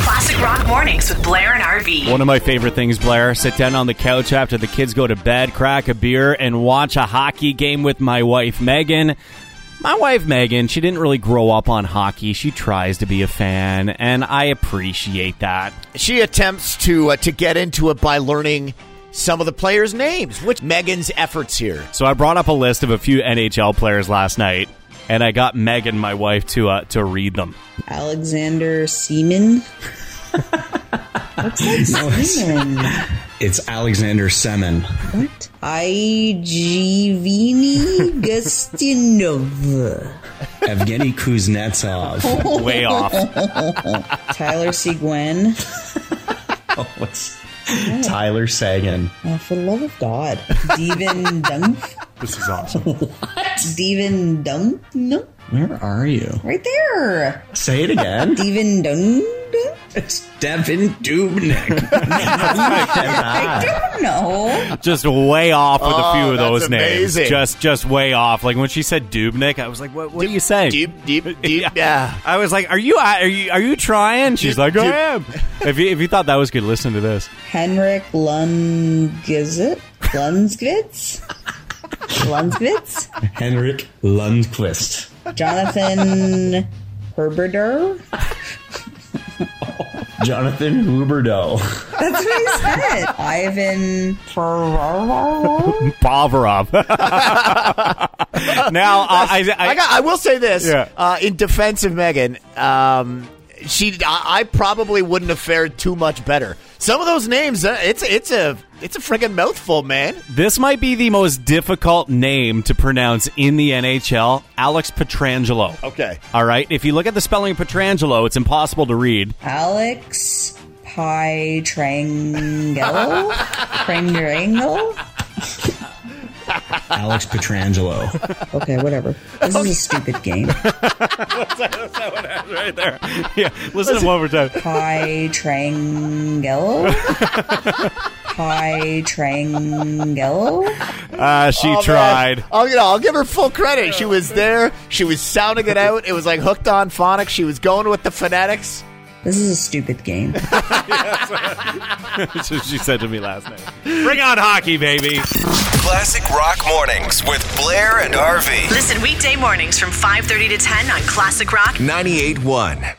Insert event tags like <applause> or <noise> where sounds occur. Classic Rock Mornings with Blair and RV. One of my favorite things, Blair, sit down on the couch after the kids go to bed, crack a beer, and watch a hockey game with my wife, Megan. My wife, Megan, she didn't really grow up on hockey. She tries to be a fan, and I appreciate that. She attempts to uh, to get into it by learning some of the players' names. Which Megan's efforts here. So I brought up a list of a few NHL players last night, and I got Megan, my wife, to uh, to read them. Alexander Seaman. What's <laughs> that Seaman? It's Alexander Semen. What? Igvini Gustinov. <laughs> Evgeny Kuznetsov. Way off. Tyler C. Gwen. Oh, it's Tyler Sagan. Oh, for the love of God. Steven Dunk. This is awesome. Steven Dunk? No. Where are you? Right there. Say it <laughs> again. Steven Dunk? it's Devin Dubnik. I don't know. Just way off with a few Oh, of those that's names. amazing. Just just way off. Like when she said Dubnik, I was like, "What? What are you saying?" Deep, <laughs> deep, deep. Yeah. I was like, "Are you are you are you trying?" She's like, "I am." if you if you thought that was good, listen to this. Henrik Lundgizit? Lundsvitz? Lundsvitz? <laughs> Henrik Lundqvist. Jonathan Herberder? Jonathan Huberdeau. That's what I said. Ivan Ferraro. Pavarov. <laughs> now uh, I, I, I, got, I will say this Yeah. uh, in defense of Megan, um, she I, I probably wouldn't have fared too much better. Some of those names, uh, it's it's a it's a friggin' mouthful, man. this might be the most difficult name to pronounce in the NHL. Alex Petrangelo. Okay, All right. If you look at the spelling of Petrangelo, it's impossible to read. <laughs> Alex Pietrangello? Prangerangle? Alex Petrangelo. Okay, whatever. This is a stupid game. Right there. Yeah. Listen to him one more time. Pietrangello? Pietrangello? Uh, she Oh, man. tried. I'll, you know, I'll give her full credit. She was there. She was sounding <laughs> it out. It was like hooked on phonics. She was going with the phonetics. This is a stupid <laughs> game. That's what she said to me last night. Bring on hockey, baby. Classic Rock Mornings with Blair and RV. Listen weekday mornings from 5:30 to 10 on Classic Rock 98.1.